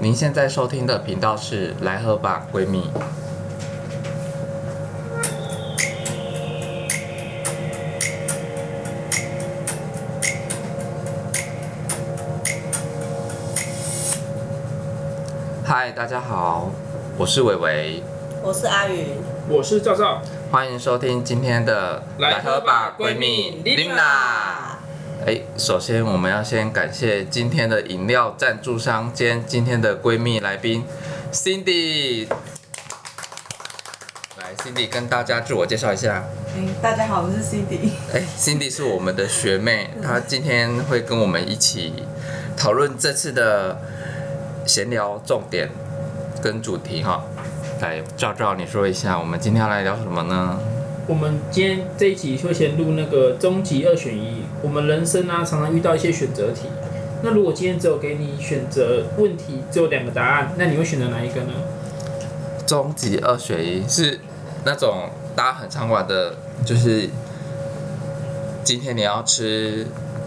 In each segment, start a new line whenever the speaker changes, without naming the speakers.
您现在收听的频道是《来喝吧，闺蜜》。嗨，大家好，我是伟伟，
我是阿宇，
我是赵赵，
欢迎收听今天的《
来喝吧闺蜜 Linda
哎，首先我们要先感谢今天的饮料赞助商兼今天的闺蜜来宾 Cindy。来，Cindy 跟大家自我介绍一下。
哎
嗯，大家好，我是 Cindy。
哎，Cindy 是我们的学妹，她今天会跟我们一起讨论这次的闲聊重点跟主题哈。来，赵赵，你说一下，我们今天要来聊什么呢？
我们今天这一集会先录那个终极二选一。我们人生啊，常常遇到一些选择题。那如果今天只有给你选择问题，只有两个答案，那你会选择哪一个呢？
终极二选一是那种大家很常玩的，就是今天你要吃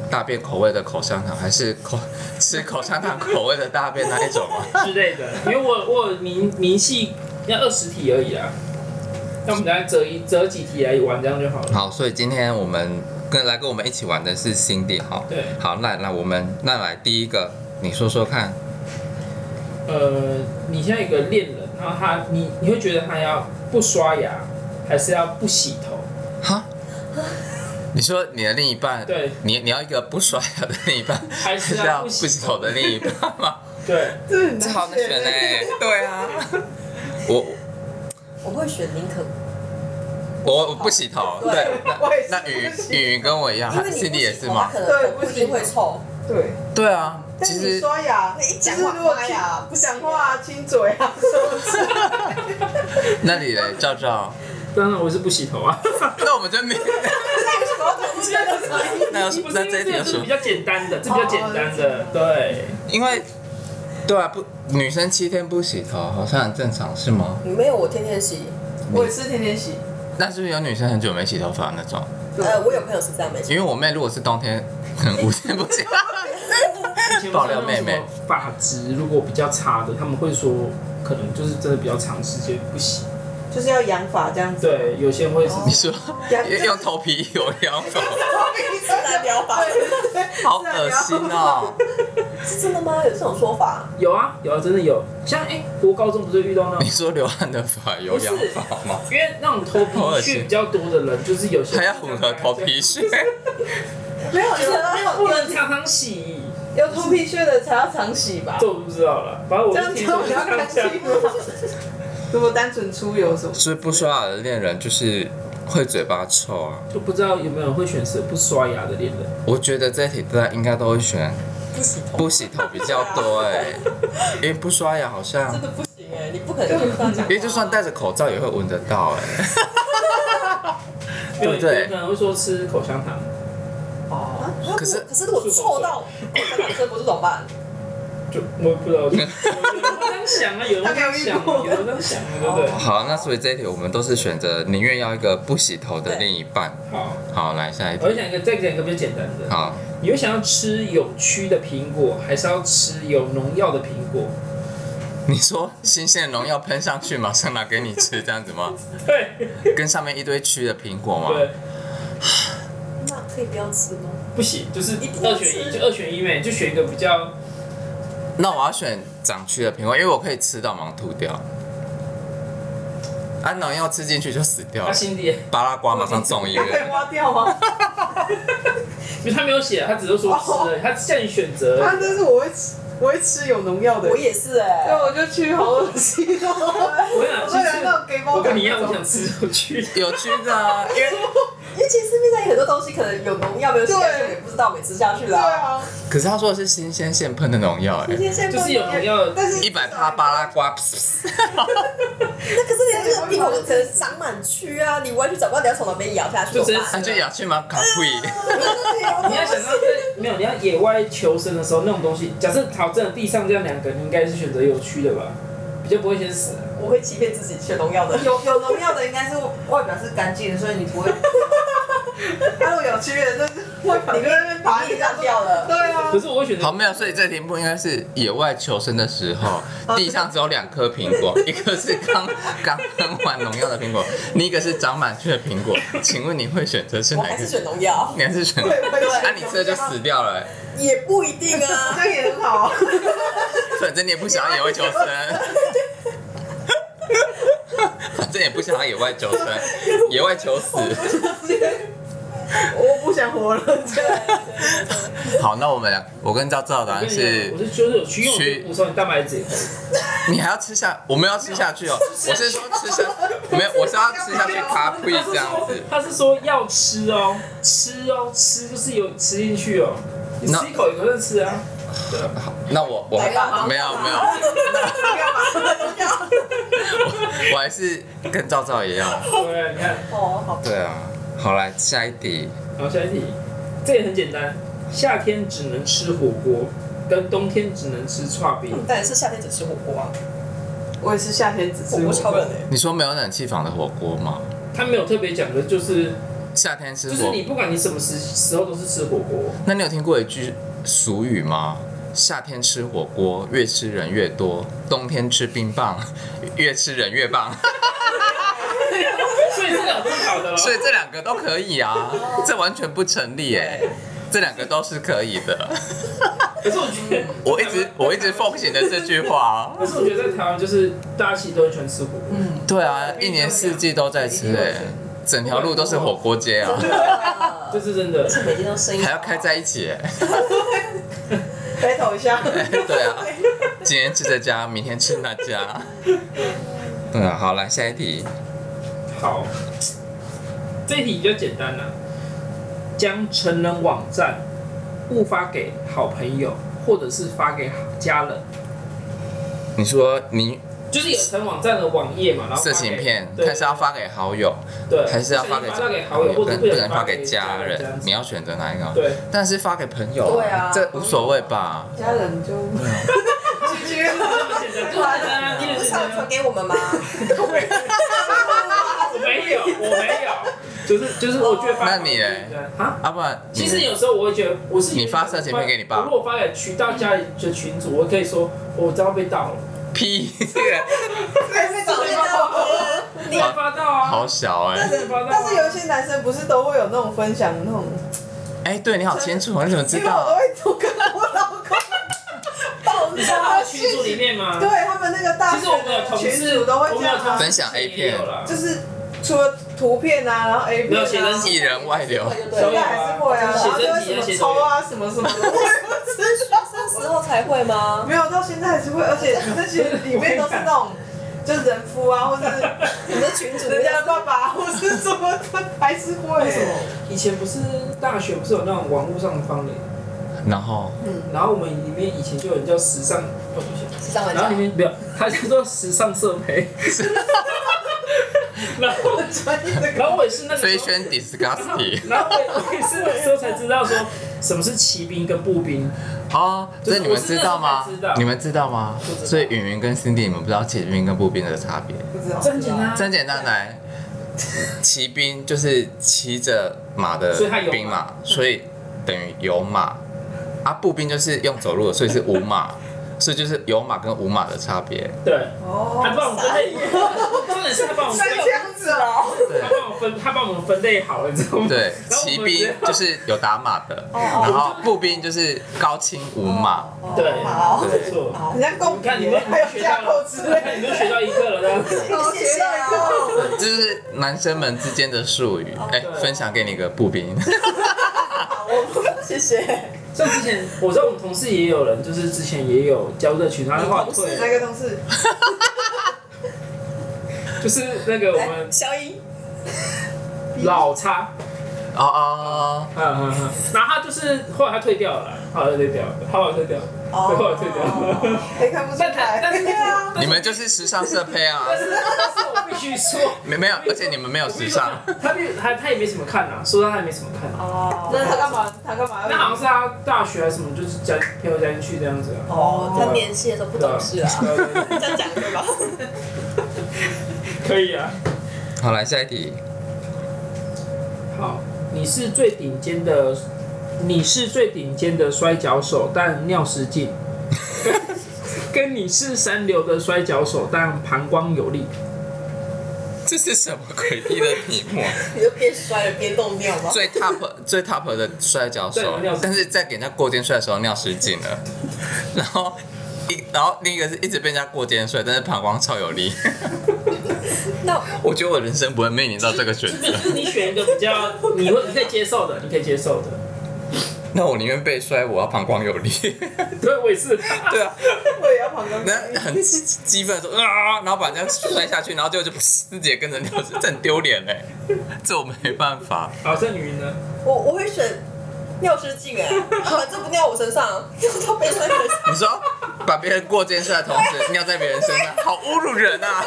大便口味的口香糖，还是口吃口香糖口味的大便那一种吗？
之类的。因为我我有明明细要二十题而已啦，那我们等下择一择几题来玩，这样就好了。
好，所以今天我们跟来跟我们一起玩的是 Cindy 哈。
对，
好，那那我们那来第一个，你说说看，
呃，你现在有个恋人，然后他你你会觉得他要不刷牙，还是要不洗头？
哈？你说你的另一半，
对，
你你要一个不刷牙的另一半，
还是
还
要
不
不洗
洗头 的另一半吗？
对，
这很
这
难
好难选哎、
欸
对啊，我
我会选宁可，
我我不洗头，
对
对，
我也是
那那雨
不洗头
雨云跟我一样
因为你
啊，Cindy
不
也
洗
是
头，啊它
吗？
可
对
能
不
不一定会臭。
对，
对啊，
但
其
是你
实
刷牙，
一
就
讲
是
话
如果
刷牙
不讲话啊，亲嘴啊，什么
那你嘞，赵赵，
当然我是不洗头啊。
那我们就没，
那为什么要同居呢？
那有
不是
那
因
这一
为这
题嗯
个
有什
就是比
么？
较简单的，这比较简单的，对，
因为对啊，不，女生七天不洗头好像很正常是吗？
没有，我天天洗。
我也是天天洗。
那是不是有女生很久没洗头发那种？
呃，我有朋友是这样没洗
因。为我妹如果是冬天，可能五天不洗。
以前
爆料妹妹，
发质如果比较差的，他们会说可能就是真的比较长时间不洗，
就是要养法 这样子。
对，有些人会是
你说
养
用头皮油养头，
自然疗法
好恶心哦！
是真的吗？有这种说法？
有啊有啊，真的有，像哎，国高中不是遇到那种
你，说流汗的发油养发吗？
因为那种头
好恶
皮
心
屑比较多的人，就是有些
还要混合头皮屑？
没有有没有
不能常常洗，
有头皮屑的才要常洗吧
这？我不知道了，反正我
这
是
样
听
子
说
比
是
较
这样
干净
讲。
吧。如果单纯出游什么，
所以不刷牙的恋人就是会嘴巴臭啊。
就不知道有没有人会选择不刷牙的恋人，
我觉得这一题大家应该都会选
不洗头
不洗头比较多哎、因为不刷牙好 像
真，的不行
欸
哎，你不可能跟他讲。
因为就算戴着口罩也会闻得到哎、对不对
有些人可能会说吃口香糖，
哦，
可是
啊可是如果臭到香港生活这怎么办？
就我也不知道，有人会这样想啊，有人会这样想啊，有人会这样想啊，对不对？
好，那所以这一题我们都是选择宁愿要一个不洗头的另一半。
好，
好，来下一
我就
题。
想一个，再讲一个比较简单的。
好，
你会想要吃有蛆的苹果，还是要吃有农药的苹果？
你说新鲜的农药喷上去，马上拿给你吃，这样子吗？
对
跟上面一堆蛆的苹果吗？
对，
那可以不要吃吗？
不行，就是
一定要
二选一，
吃
就二选一呗，就选一个比较
那我要选长蛆的苹果，因为我可以吃到忙吐掉。啊，农药吃进去就死掉
他
了。
心底，
巴拉瓜马上送医
要被
院。
挖掉啊吗？
因为他没有写，啊他只是说吃而已，哦他叫你选择
啊
而，已。
但是我会吃，我会吃有农药的
我。也是
对，
哎。
我就去，好恶心 哦。
我想
我想
其
到 gay
实我跟你一样，我想吃有蛆。
有蛆的、啊，因为
因为其实面上有很多东西可能有农药没有洗干净，我也不知道，没吃下去
对
啦。
啊，
可是他说的是新鲜现喷的农药、哎，
天线
就是有农药的，
啊但是
一百趴巴拉瓜，噗噗噗
那可是你那个苹果可能长满蛆啊，你完全找不到你要从哪边咬下去，
就直接
他就咬去吗？卡布
啊
你要想到在没有，你要野外求生的时候那种东西，假设好真的地上这样两个，你应该是选择有蛆的吧，比较不会先死。啊
我会欺骗自己选农药的。
有 有农药的应该是外表是干净的，所以你不会。还有有区别就是会把
里面
把
把你烂掉了。
对啊
可，是我会选
好，
择
没有，所以这题目应该是野外求生的时候，
哦
地上只有两颗苹果，一个是刚刚喷完农药的苹果，另一个是长满蛆的苹果。请问你会选择吃
我
哪
还
一
是
个？
选农药，
你还是选？
对，啊会
那、你吃了就死掉了、欸，
也不一定
这
啊。
样也很好啊。
反正你也不想要野外求生，反正也不想要野外求生，野外求死。
我不想活了，这样
好，那我们俩，我跟赵赵答
我
案
跟你
是
讲，我是就是有需要
蛆
补充你蛋白质以后，
你还要吃下，我们要吃下去哦。我是说吃下，没有，我是要吃下去咖啡这样啊子。
他是说要吃哦，吃哦，吃就是有吃进去哦，你
那
吃一口有个人吃啊，
好那我我
来吧
没有没有，
不要吧？
我还是跟赵赵一样。
对，你看，
哦，好吧，
对啊，好来下一题，
好，下一题，这也很简单，夏天只能吃火锅，跟冬天只能吃串冰，
嗯当然是夏天只吃火锅啊，
我也是夏天只吃
火锅超冷的。
你说没有冷气房的火锅吗？
他没有特别讲的，就是
夏天吃
就是
火
你，不管你什么时时候都是吃火锅，
那你有听过一句俗语吗？夏天吃火锅，越吃人越多；冬天吃冰棒， 越吃人越棒。
所以这两个是好的咯。
所以这两个都可以啊，这完全不成立哎、这两个都是可以的。
可是我觉得，
我一 直我一直奉行的这句话、
可是我觉得在台湾就是大家其实都很喜欢吃火锅，
对啊，一年四季都在吃哎、整条路都是火锅街啊，
这是真的。
每天都声音
还要开在一起、哎
battle 一下，
对啊，今天吃这家，明天吃那家。对啊，好，来下一题。
好，这一题比较简单啦、将成人网站误发给好朋友，或者是发给家人，
你说你
就是有成人网站的网页嘛，然后发
色
给
情片，
对
但是要发给好友，
对，
还是要发给
所以你给好友，或者
不
小
能
心
发
给
给家
这
人
样？子
你要选择哪一个？
对，
但是发给朋友，
对啊
这无所谓吧？
家人就拒绝了。
这么简单，这么简单啊，你
不
的
是
简
想传
单，
给我们吗？
我没有，我没有，就是就是，我觉得发
那你嘞
啊？
要不然你
其实有时候我会觉得，我是
你发色情片给你爸
我如果发给渠道家里的群主，我可以说我遭被盗了，
屁， 这个
但
早就到了
你有发到啊？
好小哎、
你有发到啊，
是有一些男生不是都会有那种分享那种，
哎、对你好清楚，你怎么知
因为我都
道？
会偷看我老公。
爆
你知道他
炸
的！群组里面吗？
对他们那个大
其实我们有
学
同
群
事，
主都会这样
我们有同
啊
事，
分享 A
也有啦，
就是除了图片啊，然后 A
没
片
有写真
啊，
艺人外流，
现
对
在
啊
还是会啊，然后就会什么抽啊什么什么的，我也不知道。
那时候才会吗？
没有到现在还是会，而且那些里面都是那种。就人夫啊，或是
你们群主
人家的爸爸，或是什么的，还是会。
为什么？以前不是大学不是有那种网络上的方脸，
然后
然后我们里面以前就有人叫时尚，哦对不起
是这样
然后里
讲。
面没有，他叫做时尚社 媒，然后
专业的
然后我也是那个
飞
时候
轩 disgusty
然后我也是那时候才知道说什么是骑兵跟步兵，
哦，
就
这
是
你们知道吗
我是那时候才知道？
你们知道吗
不知？道
所以云云跟 Cindy，你们不知道骑兵跟步兵的差别。
不知道。
这很简单，
这很简单来，骑兵就是骑着马的
所以它有马
兵马，所以等于有马。啊，步兵就是用走路的，所以是无马，所以就是有马跟无马的差别。
对，
哦
他，帮我们分类，重点是他帮我们
是
分
这样子哦。
对
他帮我分，他帮我们分类好了，你知道吗？
对，
然后我
骑
们直
兵
接
就是有打马的，然后步兵就是高清无马。
对，
好，
没错。
人家公
你看你
平
们
还有
学
架
到
构
了
之类，
看你
的，
们学到一个了，这样子。
我
谢
学
谢
到一个。
哦，
这就是男生们之间的术语。哎、分享给你个步兵，
好，我谢谢。
像之前我知道我们同事也有人，就是之前也有加入这群，他后来退
哪
了，
个同事？
就是那个我
来，
们
消音。
老差，
哦哦，
哎
嗯嗯嗯，然后他就是后来他退掉了啦，后来退掉了，后来退掉了，对，
哦
后来退掉了。
还看不出
但
来。
但但是
对啊。
哦你们就是时尚社配啊，
但是但是我必须说，
没没有，而且你们没有时尚，
他没有他他也没什么看啊，说他也没什么看啊。
哦
那他干嘛？他干嘛要？
那好像是他大学还是什么，就是加朋友加进去这样子啊。
哦，他年轻的时候不懂事啊，
对对 对
这样讲对吧？
可以啊。
好，来下一题。
好，你是最顶尖的你是最顶尖的摔跤手，但尿失禁； 跟跟你是三流的摔跤手，但膀胱有力。
这是什么诡异的题 目啊？
你就边摔了边动尿吗？
最 top 最 top 的摔跤手
对尿失禁，
但是在给人家过肩摔的时候尿失禁了， 然后一然后另一个是一直被人家过肩摔，但是膀胱超有力。
那
我觉得我人生不会面临到这个选
就
择，
是你选一个比较你会你可以接受的，你可以接受的。
那我宁愿被摔，我要膀胱 有力。
对，我也是。
对啊，
我也要膀胱
那很激愤地说啊，然后把人家摔下去，然后结果就噗自己也跟着尿失，这很丢脸哎，这我没办法。
好，剩女呢？
我我会选尿失禁哎、反正不尿我身上，啊尿到别人身 上。
你说把别人过肩摔的同时尿在别人身上，好侮辱人啊！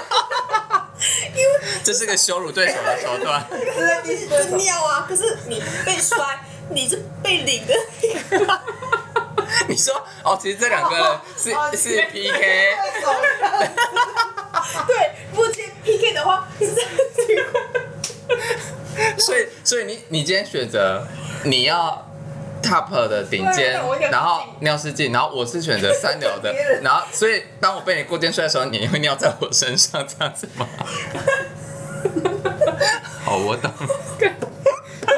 这是个羞辱对手的手段。
是在第四
就是尿啊，可是你被摔，你是被领的那个，
你说哦，其实这两个人是
哦哦
是 PK，
对，如果今天 PK 的话，你是这样
所以所以你你今天选择你要 top 的顶
对
尖
啊我有，
然后尿失禁，然后我是选择三流的
别人，
然后所以当我被你过肩摔的时候，你会尿在我身上这样子吗？好，我懂。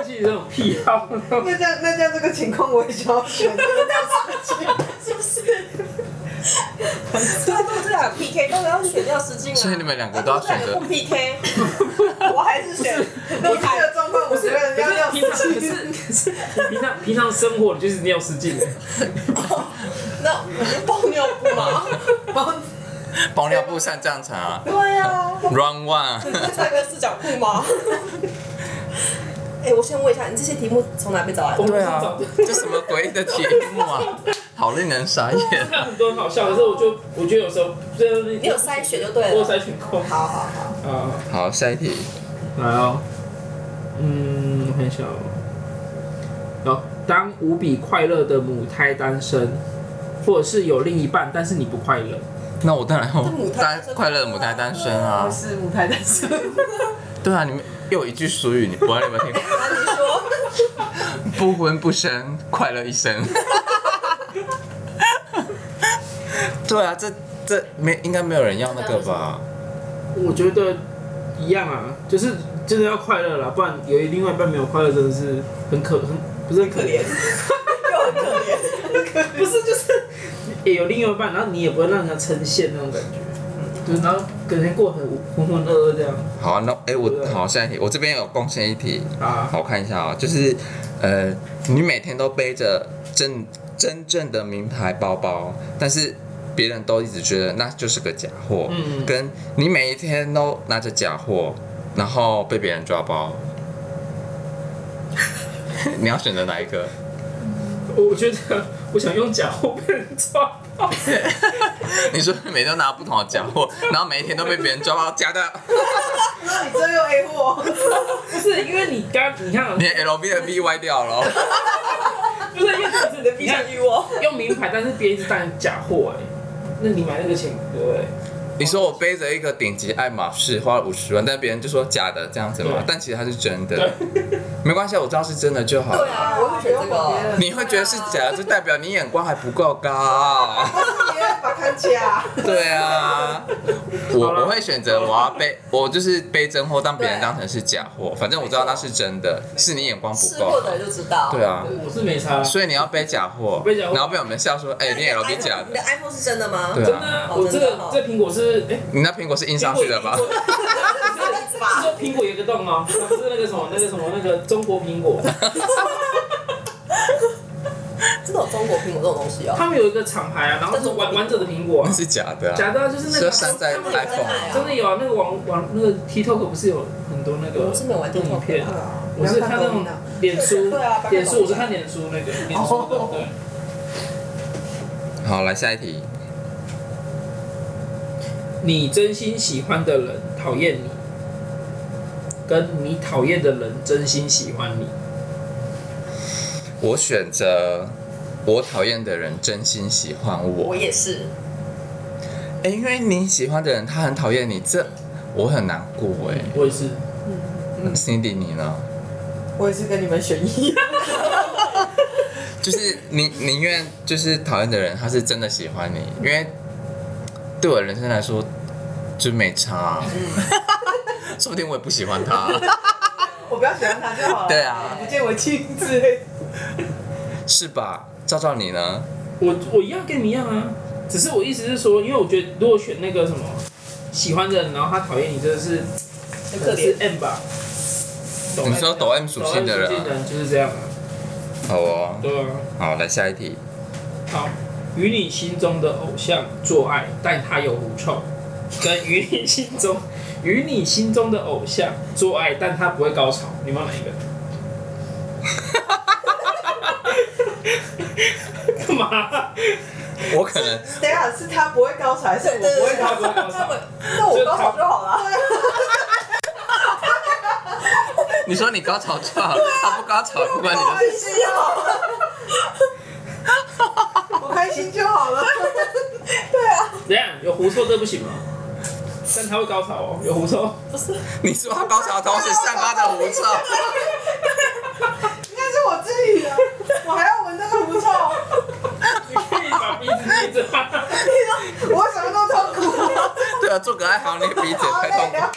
自己这种癖好，
那这样那这样这个情况我也想要选，
是不是？对，如果这两个 PK 都要选尿失禁啊，
所以你们两个都要选择
啊如果这两个不 PK，
我还是选。那我这个状况，我是要
可是
要
平常可是可是你平常平常生活你就是尿失禁的，
那我就爆尿布嘛。
包尿布上战场啊
对啊，
，Round One，
会穿个四角裤吗？哎、我先问一下，你这些题目从哪边找来的？
对啊，这什么诡异的题目啊？好令人傻眼。
看很多很好笑，可是我就我觉得有时候就是
你有筛选就对
我有
了。
筛选过啊
好好好，
啊，
好，下一题。
来哦，嗯，我看一下哦，好，当无比快乐的母胎单身，或者是有另一半，但是你不快乐，
那我当然要
这母胎单
单
身
快乐的母胎单身啊
我！是舞台单身，
对啊，你们又有一句俗语，你不知道你有没有听过？
那你说，
不婚不生，快乐一生。对啊，这这没应该没有人要那个吧？
我觉得一样啊，就是真的要快乐啦，不然有另外一半没有快乐，真的是很可很不是很可
可怜，又很可怜。
不是就是也有另一半，然后你也不会让人家称羡那种感觉，就是然后跟人过很浑浑噩噩这样
好啊，那哎、我好下一题，我这边有贡献一题，
啊。
好我看一下啊、就是呃，你每天都背着真真正的名牌包包，但是别人都一直觉得那就是个假货，
嗯
跟你每一天都拿着假货，然后被别人抓包，你要选择哪一个？
我觉得我想用假货被人抓包，
你说每天都拿不同的假货，然后每一天都被别人抓包，假的，
那你真有 A 货，
不是因为你刚你看，哦
你的 LV 的 V 歪掉了哦。
不是因为你的
你
你看
想我？
用名牌，但是别人一直当假货哎、那你买那个钱对不对？
你说我背着一个顶级爱马仕花了五十万，但别人就说假的这样子嘛
对，
但其实它是真的，没关系，我知道是真的就好
对
了。
啊，我会选这个。
你会觉得是假的，就代表你眼光还不够高。
你要把看起啊，
对啊，
好
我
了
我会选择我要背，我就是背真货，当别人当成是假货，反正我知道那是真的，是你眼光不
吃过
够。
的就知道。
对啊，
我是没差，
所以你要背假货
背假，货
然后被我们笑说，哎，你也 LV 假
你
的
的，iPhone 是真的吗？
对
真的、
啊，
啊，
哦
我这
真
个
的哦
这苹果是哎。
你那苹果是印上去的吧
苹？果是说苹果有一个洞吗？ 不是那个什么，那个什么，那个中国苹 果，
真的有中国苹果这种东西哦。
他们有一个厂牌啊，然后是完完整的苹果啊
那，是假的啊，
假的啊就是那
是
个
要山寨
他们有在
iPhone。
卖啊
真的有啊，那个网网那个 TikTok 不是有很多那个
我是没有玩 TikTok
影片啊
的，
我是看那种脸书
对啊，
脸书，我是看脸书那个脸书
哦
的，对。
好，来下一题。
你真心喜欢的人讨厌你，跟你讨厌的人真心喜欢你，
我选择我讨厌的人真心喜欢我。
我也是，
哎、因为你喜欢的人他很讨厌你，这我很难过哎、
我也是。
嗯 Cindy，你呢？
我也是跟你们选一，
就是宁宁愿就是讨厌的人，他是真的喜欢你，因为对我人生来说就没差啊、 说不定我也不喜欢他，
我不要喜欢他就好了。
对啊
不见为净之类的。
是吧？照照你呢？
我我一样跟你一样啊，只是我意思是说，因为我觉得如果选那个什么喜欢的人，然后他讨厌你，真的是
很
可
可
能
怜
是。M 吧。
你说抖 M 属性的人啊
抖 M 属性的人就是这样啊，
好哦，
对啊。
好，来下一题。
好，与你心中的偶像做爱，但他有狐臭，跟与你心中 与你心中的偶像做爱，但他不会高潮，你们要哪一个？ 干嘛？
我可能
等一下是他不会高潮，还是我不会
他
高
不
潮
会？高潮，
那我高潮就好了。
你说你高潮 就好，他不高潮 不关你的事。
开心就好了， 我开心就好了。
怎样？有狐臭这不行吗？但他会高潮哦，有狐臭。
你说他高潮的同时散发着狐 臭，
那是我自己的，我还要闻那个狐臭，
你可以把鼻子捏着吗？
我为什么那么痛苦？
对啊，做个爱好捏鼻子
好
太痛
累
苦。
啊！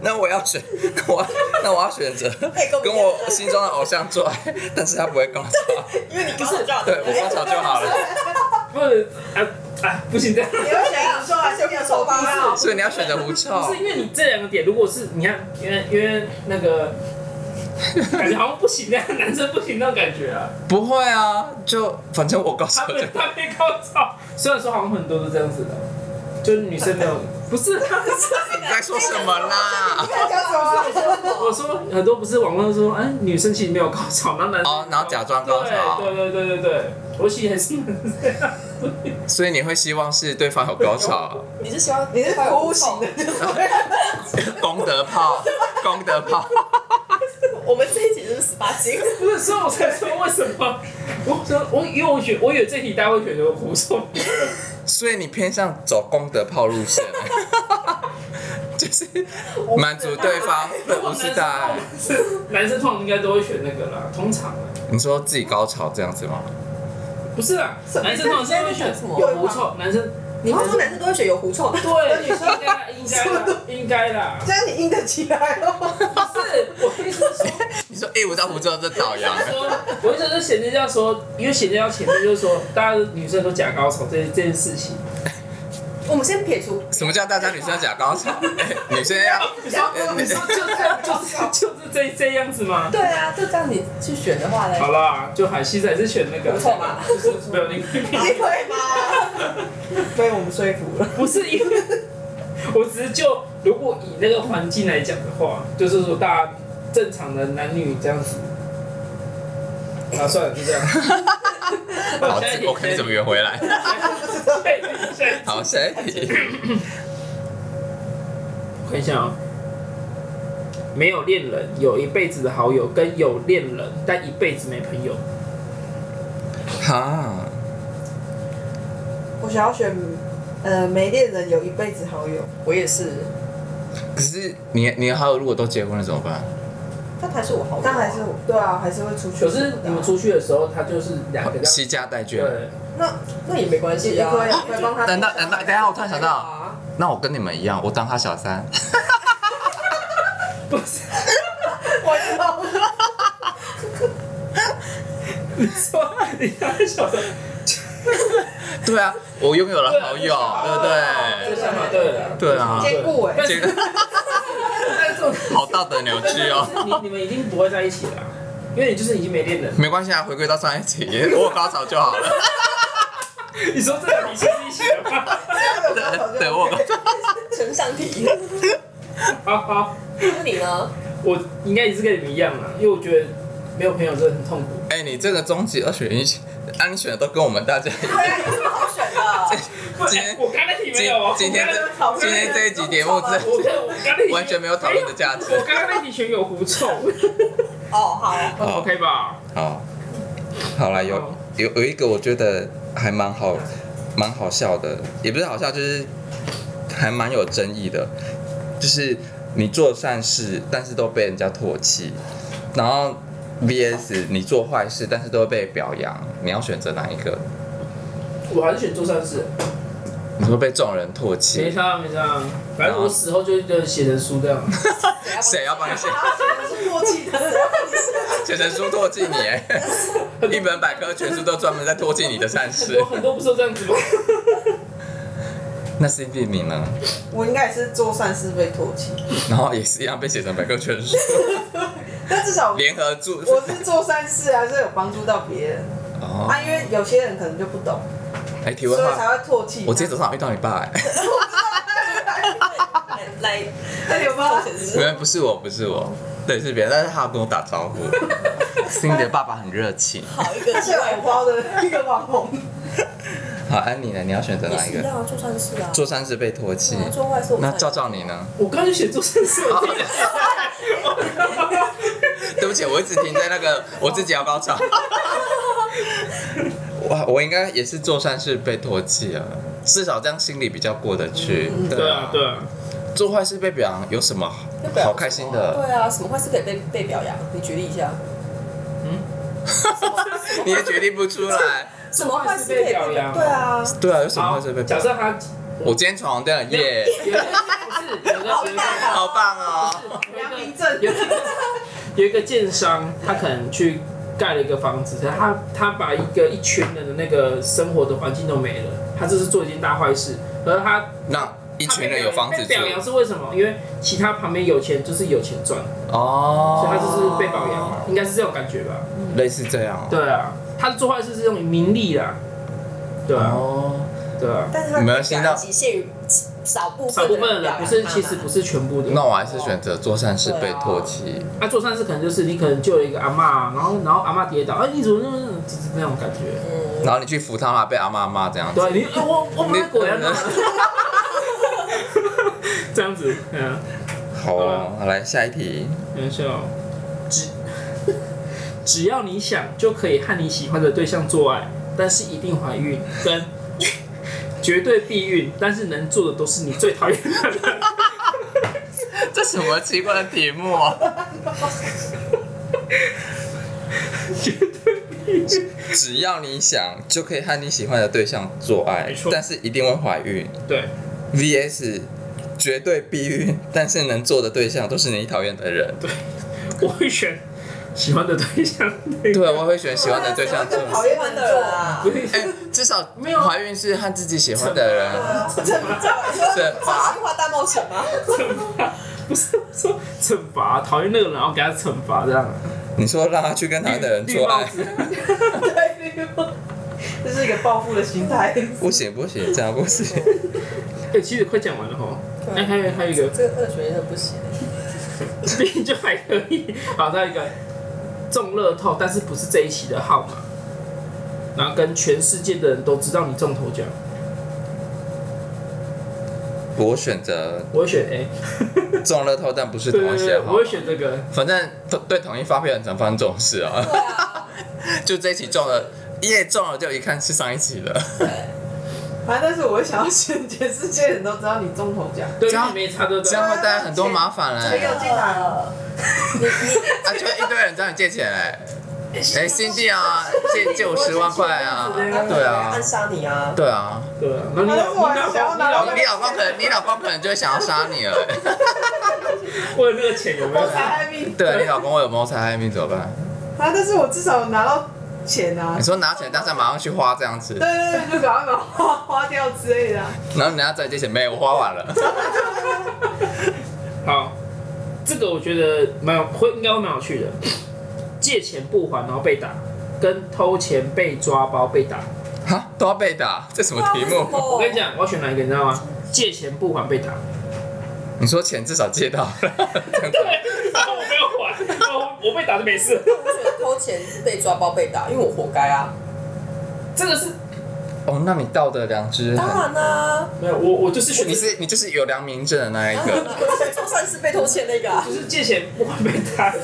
那我要选，我那我要选择 跟我心中的偶像做爱，但是他不会高 潮，
因为你不是
对我高潮就好了。
不是啊啊，不行这样。
你要选狐臭还是你的手
不是
吧？
所以你要选择狐臭
不是因为你这两个点，如果是你看，因为因为那个感觉好像不行那样，男生不行那种感觉啊，
不会啊，就反正我高
他
潮就
被他被高潮。虽然说好像很多都这样子的，就是女生没有，不是他
哎
是
你在说什么啦？
在讲什么？
我说很多不是网络说，哎、女生其实没有高潮，然后男生
哦然后假装高潮
对对对对对对，我其实还是这样。
所以你会希望是对方有高 潮，
你是希望
你是服务型的，
功德炮，功德炮。
我们这一集就是十八禁，
不是，所以我才说为什么？我说我因为我选，我以为这题大家会选择胡说。
所以你偏向走功德炮路 线，就是满足对方的无私大爱。
男生通常应该都会选那个啦，通常啊，
你说自己高潮这样子吗？
不是啊，
什么
男生通常是会选
什么
有狐臭，男生
你会说男生都会选有狐臭，
对女生应该应该啦，应该啦，
这样你硬得起来哦。
不是我意思是说，
你说哎，我到湖州这倒洋，
说我意思是衔接要说，因为衔接要前面就是说，大家女生都假高潮这这件事情，
我们先撇除
什么叫大家女生要假高潮？ 哎女生要
你说哎你说就这样就是 就是这这样子吗？
对啊，就这样你去选的话呢，
好啦，就海西仔是选那个，
不错吧
就是没有那个。
你会吗？被我们说服了。
不是因为，我只是就如果以那个环境来讲的话，就是说大家正常的男女这样子。啊，算了，就这样。
好，
好下一题
我看你 怎么圆回来。
下一题
好，下一题。
我看一下啊、没有恋人，有一辈子的好友，跟有恋人但一辈子没朋友。
哈，
我想要选，呃，没恋人有一辈子好友。
我也是，
可是你你好友如果都结婚了怎么办？
但还是我好友啊，
但还是对啊，还是会出去。
可是你们出去的时候，他就是两个这样。
惜家带眷。
对，
那
那也没关系
也
啊，
可以可以帮他。啊
等到等到，等一下我突然想到，
啊，
那我跟你们一样，我当他小三。
不是
我知道了。
说你太小的，
对啊，我拥有了好友，对不
这
对？
想法对了。
对啊，
兼顾
欸
哎
但是但是
好道德扭曲哦。
你你们已经不会在一起了啊、因为你就是已经没恋人了。
没关系啊，回归到上一集，我有高潮就好了。
你说这个你是一起的吗？
对，对我有高潮。
纯上题，
好好，
那你呢？
我应该也是跟你们一样啊，因为我觉得没有朋友真的很痛苦。
哎、你这个终极二选一，啊，你选的都跟我们大家一样。
对啊，有什么好选的？
今天
哎 我刚才你没
今
有哦，
今天
我
这今天这一集节目
刚才 我
这
看我刚才已经
完全没有讨论的价值
我刚刚那题选有狐臭
哦，好，
好
，OK 吧？
好，好啦，有有有一个我觉得还蛮好，蛮好笑的，也不是好笑，就是还蛮有争议的，就是你做善事，但是都被人家唾弃，然后 VS 你做坏事，但是都会被表扬，你要选择哪一个？
我还是选做善事，
你会被众人唾
没
弃，
差没差，反正我死后就就写成书这样。
谁要帮你写？
是默契的，
写成书唾弃你 欸，一本百科全书都专门在唾弃你的善事
我。很多不是都这 样子吗？
那 Cindy 你呢？
我应该也是做善事被唾弃，
啊然后也是一样被写成百科全 书，
但至少
联合著。
我是做善事啊，是有帮助到别人
哦，
啊，因为有些人可能就不懂，
哎，题
所
外
以才
话，
会唾弃。
我今天 早上遇到你爸欸，
来，
那你有没有
做显示
原来不是我，不是我，对，是别人，但是他有跟我打招 呼。Cindy 的爸爸很热情。
好一个
他是
之
有
外
红包的一个网红，
好，安妮呢？你要选择
也
哪一
是一
个？
样啊，做善事啊，
做善事被唾弃，
嗯做坏事我
那
不
照照你呢？
我刚才写做善事，
哦
我
啊
自己
对不起，我一直停在那 个我自己要高潮。我我应该也是做善事被唾弃啊，至少这样心里比较过得去。
对啊对啊，
做坏事被表扬有什么好
那表扬
好开心的？
对啊，什么坏事可以被被表扬？你举例一下。
嗯
什么，
啊
你也决定不出来。
什么坏事可以被
什么坏事被表扬
对啊，
对啊，有什么
好
坏事被表
假
扬？
设他
我今天闯红灯了， 耶，
有一个不是有一个有一个
好棒哦！
良民证
有一个有一个建商，他可能去盖了一个房子，他他把一个一群人的那个生活的环境都没了，他这是做一件大坏事。而他
让一群人有房子
被
住
表扬是为什么？因为其他旁边有钱就是有钱赚，
哦，
所以他就是被表扬，应该是这种感觉吧？
类似这样哦。
对啊，他做坏事是用名利啦，对啊，
哦，
对啊，
但是他
你们
们
要先到
仅限于少部
少
分
部分的人
表扬
不是，
他
其
嘛
实不是全部的。
那我还是选择做善事被唾弃。
啊，做善事可能就是你可能救了一个阿嬷，然后然后阿嬷跌倒，哎、你怎么那么就是那种感觉？
嗯，
然后你去扶他嘛，被阿妈骂这样子。
对，你哎我我买果然这样子，嗯，
好哦，好来下一题。
没笑，只只要你想就可以和你喜欢的对象做爱，但是一定怀孕，跟绝对避孕，但是能做的都是你最讨厌的人。
这什么奇怪的题目啊？只要你想，就可以和你喜欢的对象做爱
没错，
但是一定会怀孕。
对，
VS 绝对避孕，但是能做的对象都是你讨厌的人。
我会选喜欢的对象。
对，我会选喜欢的对象做
对。啊
讨厌的人啊
不，是
哎，至少
没有
怀孕是和自己喜欢的人。对
啥计划大冒险吗？
惩罚，不是我说惩罚，讨厌那个人，然后给他惩罚这样。
你说让他去跟讨厌的人
绿
做
帽
爱，
子，
这是一个报复的心态。
不行不行，这样不行。
哎，其实快讲完了哈。哎，还有还有一个，
这个二选一真的不行。
病就还可以。 好，再一个中乐透，但是不是这一期的号码，然后跟全世界的人都知道你中头奖，
我选择
我会选 A。
中乐透，但不是
对
同
对
一
对，
些
我会选这个。
反正对对统一发票很常发生这种事啊，
对啊，
就这一期中了，耶中了就一看是上一期的，
反正但是我想要选全世界人都知道你中头奖，
对，
这样
你没差对不
这
对？
样会带来很多麻烦嘞、
没有进来了。
呃，你你
啊，就一堆人找你借钱嘞、哎、新弟啊，借借我十万块啊，对啊
暗，杀你啊！
对啊，
对啊，然后你
但
老
是我还
你老
想要
公，你
拿
老
到
公
你老公可能你老公可能就会想要杀你了、
为了那个钱有没有
我？才爱命
对你老公会有谋财害命怎么办？
啊！但是我至少有拿到钱啊
你。说拿钱，但是马上去花这样子
对，对对，就赶快把花花掉之类的啊、
然后人家再借钱，没有我花完了，
好，这个我觉得蛮有会应该会蛮有趣的。借钱不还然后被打，跟偷钱被抓包被打。
哈都要被打，这什么题
不知道为什
目？
么
我跟你，讲，我要选哪一个你知道吗？借钱不还被打。
你说钱至少借到了，这样子
对，我没有还， 我我被打就没事。
我选偷钱被抓包被打，因为我活该啊！
这个是
哦，那你道德良知
当
很
然啦，
没有，我我就是选
你是你就是有良民证的那一 个，
做善事被偷钱那个啊
就。是借钱不还被打，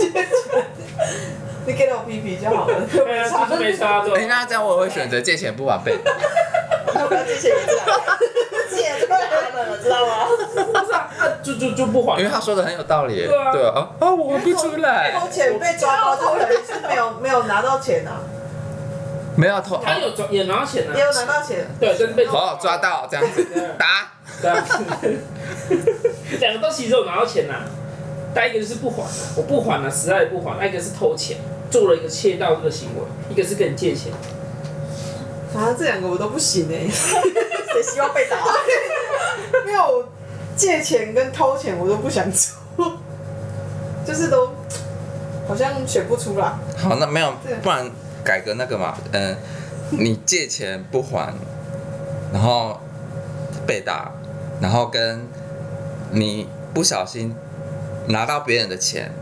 你给我批评就好了。
对啊， 就是 没差
哎、
对吧。
那这样我也会选择借钱不还 被打。
我要借钱给这两个，借这个他们了，知道吗？
不是啊，啊，就就就不还
因为。他说的很有道理耶。
对啊
对啊，哦，我还不出来
偷，钱被抓包，偷人是没有没有拿到钱啊，
没有偷，
他有抓也拿到钱
也有
啊，
拿到钱，
对，但是被
哦，抓到这样子
对
打，
对啊 两个都其实有拿到钱呐、啊但一个就是不还，啊我不还了、实在不还；，那一个是偷钱，做了一个窃盗这个行为；，一个是跟你借钱。
啊，这两个我都不行哎，
谁希望被 打？
没有借钱跟偷钱我都不想做， 就是都好像选不出来。
好，那没有
对，
不然改个那个嘛，嗯，你借钱不还，然后被打，然后跟你不小心拿到别人的钱，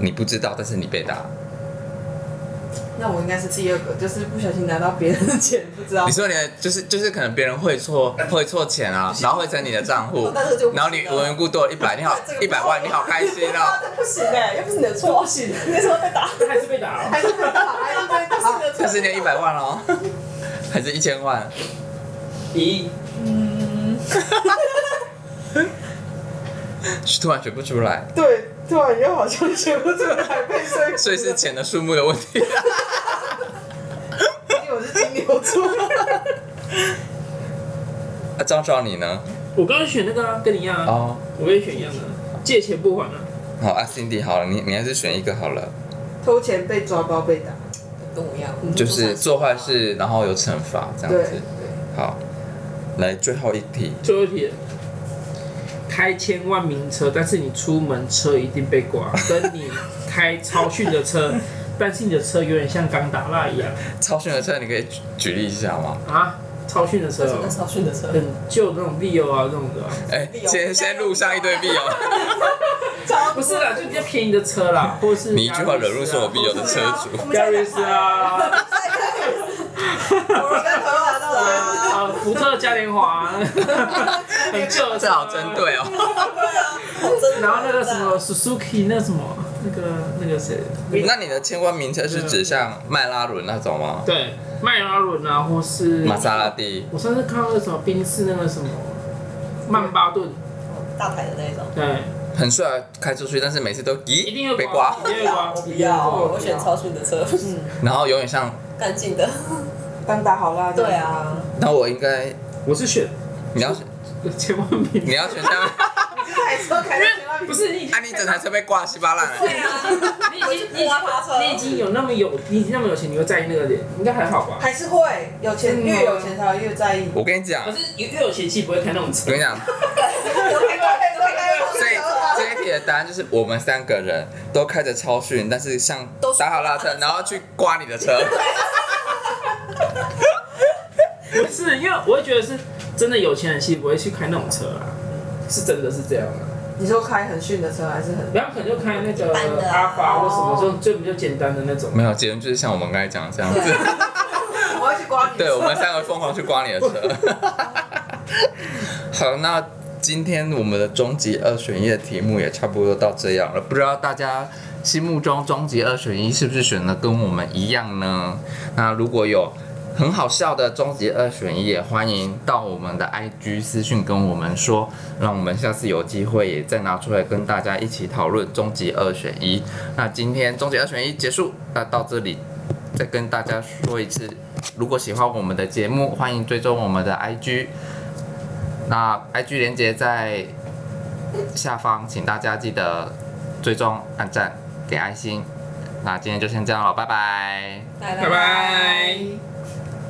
你不知道，但是你被打。
那我应该是第二个，就是不小心拿到别人的钱，不
哦
知道
你。说你的就是就是可能别人汇错汇错钱啊，然后汇成你的账户
哦那这个就，不行
然后你
了
无缘无故多了一百，你好
这个不
一百万，你好开心
啊
哦。
这不行哎，又不是你的 错，不行，你为什么被打？
他还是被打、哦，
还是被打，还是被打。
这是你的一百万哦，还是一千万？
咦，
突然学不出来，
对，突然又好像学不出来， 被说服了。
所以是钱的数目的问题。
毕竟我是金牛座。
啊，照照你呢？
我刚刚选那个、啊、跟你一样啊，
哦，
我跟你选一样的、借钱不还啊。
好啊，Cindy，好了，你你还是选一个好了，
偷钱被抓包被打，
跟我一样，
就是做坏 事然后有惩罚这样
对
子。好，来最后一题，
最后一题了，开千万名车，但是你出门车一定被刮，跟你开超迅的 车，但是你的车有点像钢达拉一样
超炫的车你可以举举例一下吗？
啊，超迅的车、
为什么
哦，
超逊的车？
很旧那种 Vio 啊那种的啊、
哎，
必有
先先路上一堆 必有，
啊不是啦，就比较便宜的车 啦，或者是
你一句话惹怒所有必有的车主。
嘉瑞斯啊，
我应该偷拿 到钱。
啊，福特嘉年华，啊 很旧 的车，
这
啊
好针。对哦。
然后那个什么 Suzuki 那什么那个那个谁，
那你的千万名车是指像迈拉伦那种吗？
对，迈拉伦啊，或是
玛莎拉蒂？
我上次看到那个什么宾士那个什么曼巴顿，
大牌的那种，
对，
很帅，开出去，但是每次都
一定
咦
会
被刮，
一定会刮，
我不
一定会
要，
刮
我选超逊的车，
然后永远像。
干净的。
刚打好啦。
对。啊，
那我应该
我是选
你要选
千万名，
你要选像，
还说开千万
不是你已经
啊你整台车被刮稀巴烂了。
对啊，你已经你已经
刮他车
你已经有那么有你已经那么有钱，你会在意那个点，应该还好吧？
还是会有钱，
嗯
越有钱才会越在意。
我跟你讲，
可
我
是越有钱，气不会开那种车
跟。你讲，所以这一题的答案就是我们三个人都开着超迅，但是像
都是
打好拉车，然后去刮你的车。
不是，因为我会觉得是真的有钱人其实不会去开那种车啊啦，是真的是这样啊。
你说开很逊的车还是很？
然后可能就开那个
一般的啊
阿法或什么，就最比较简单的那种。
没有，结论就是像我们刚才讲的这样子。
我会去刮你。
对，我们三个疯狂去刮你的车。好，那今天我们的终极二选一的题目也差不多到这样了，不知道大家心目中终极二选一是不是选的跟我们一样呢？那如果有。很好笑的终极二选一，也欢迎到我们的 IG 私讯跟我们说，让我们下次有机会也再拿出来跟大家一起讨论终极二选一。那今天终极二选一结束，那到这里再跟大家说一次，如果喜欢我们的节目，欢迎追踪我们的 IG。那 IG 连接在下方，请大家记得追踪、按赞、给爱心。那今天就先这样了，拜拜。
拜
拜拜。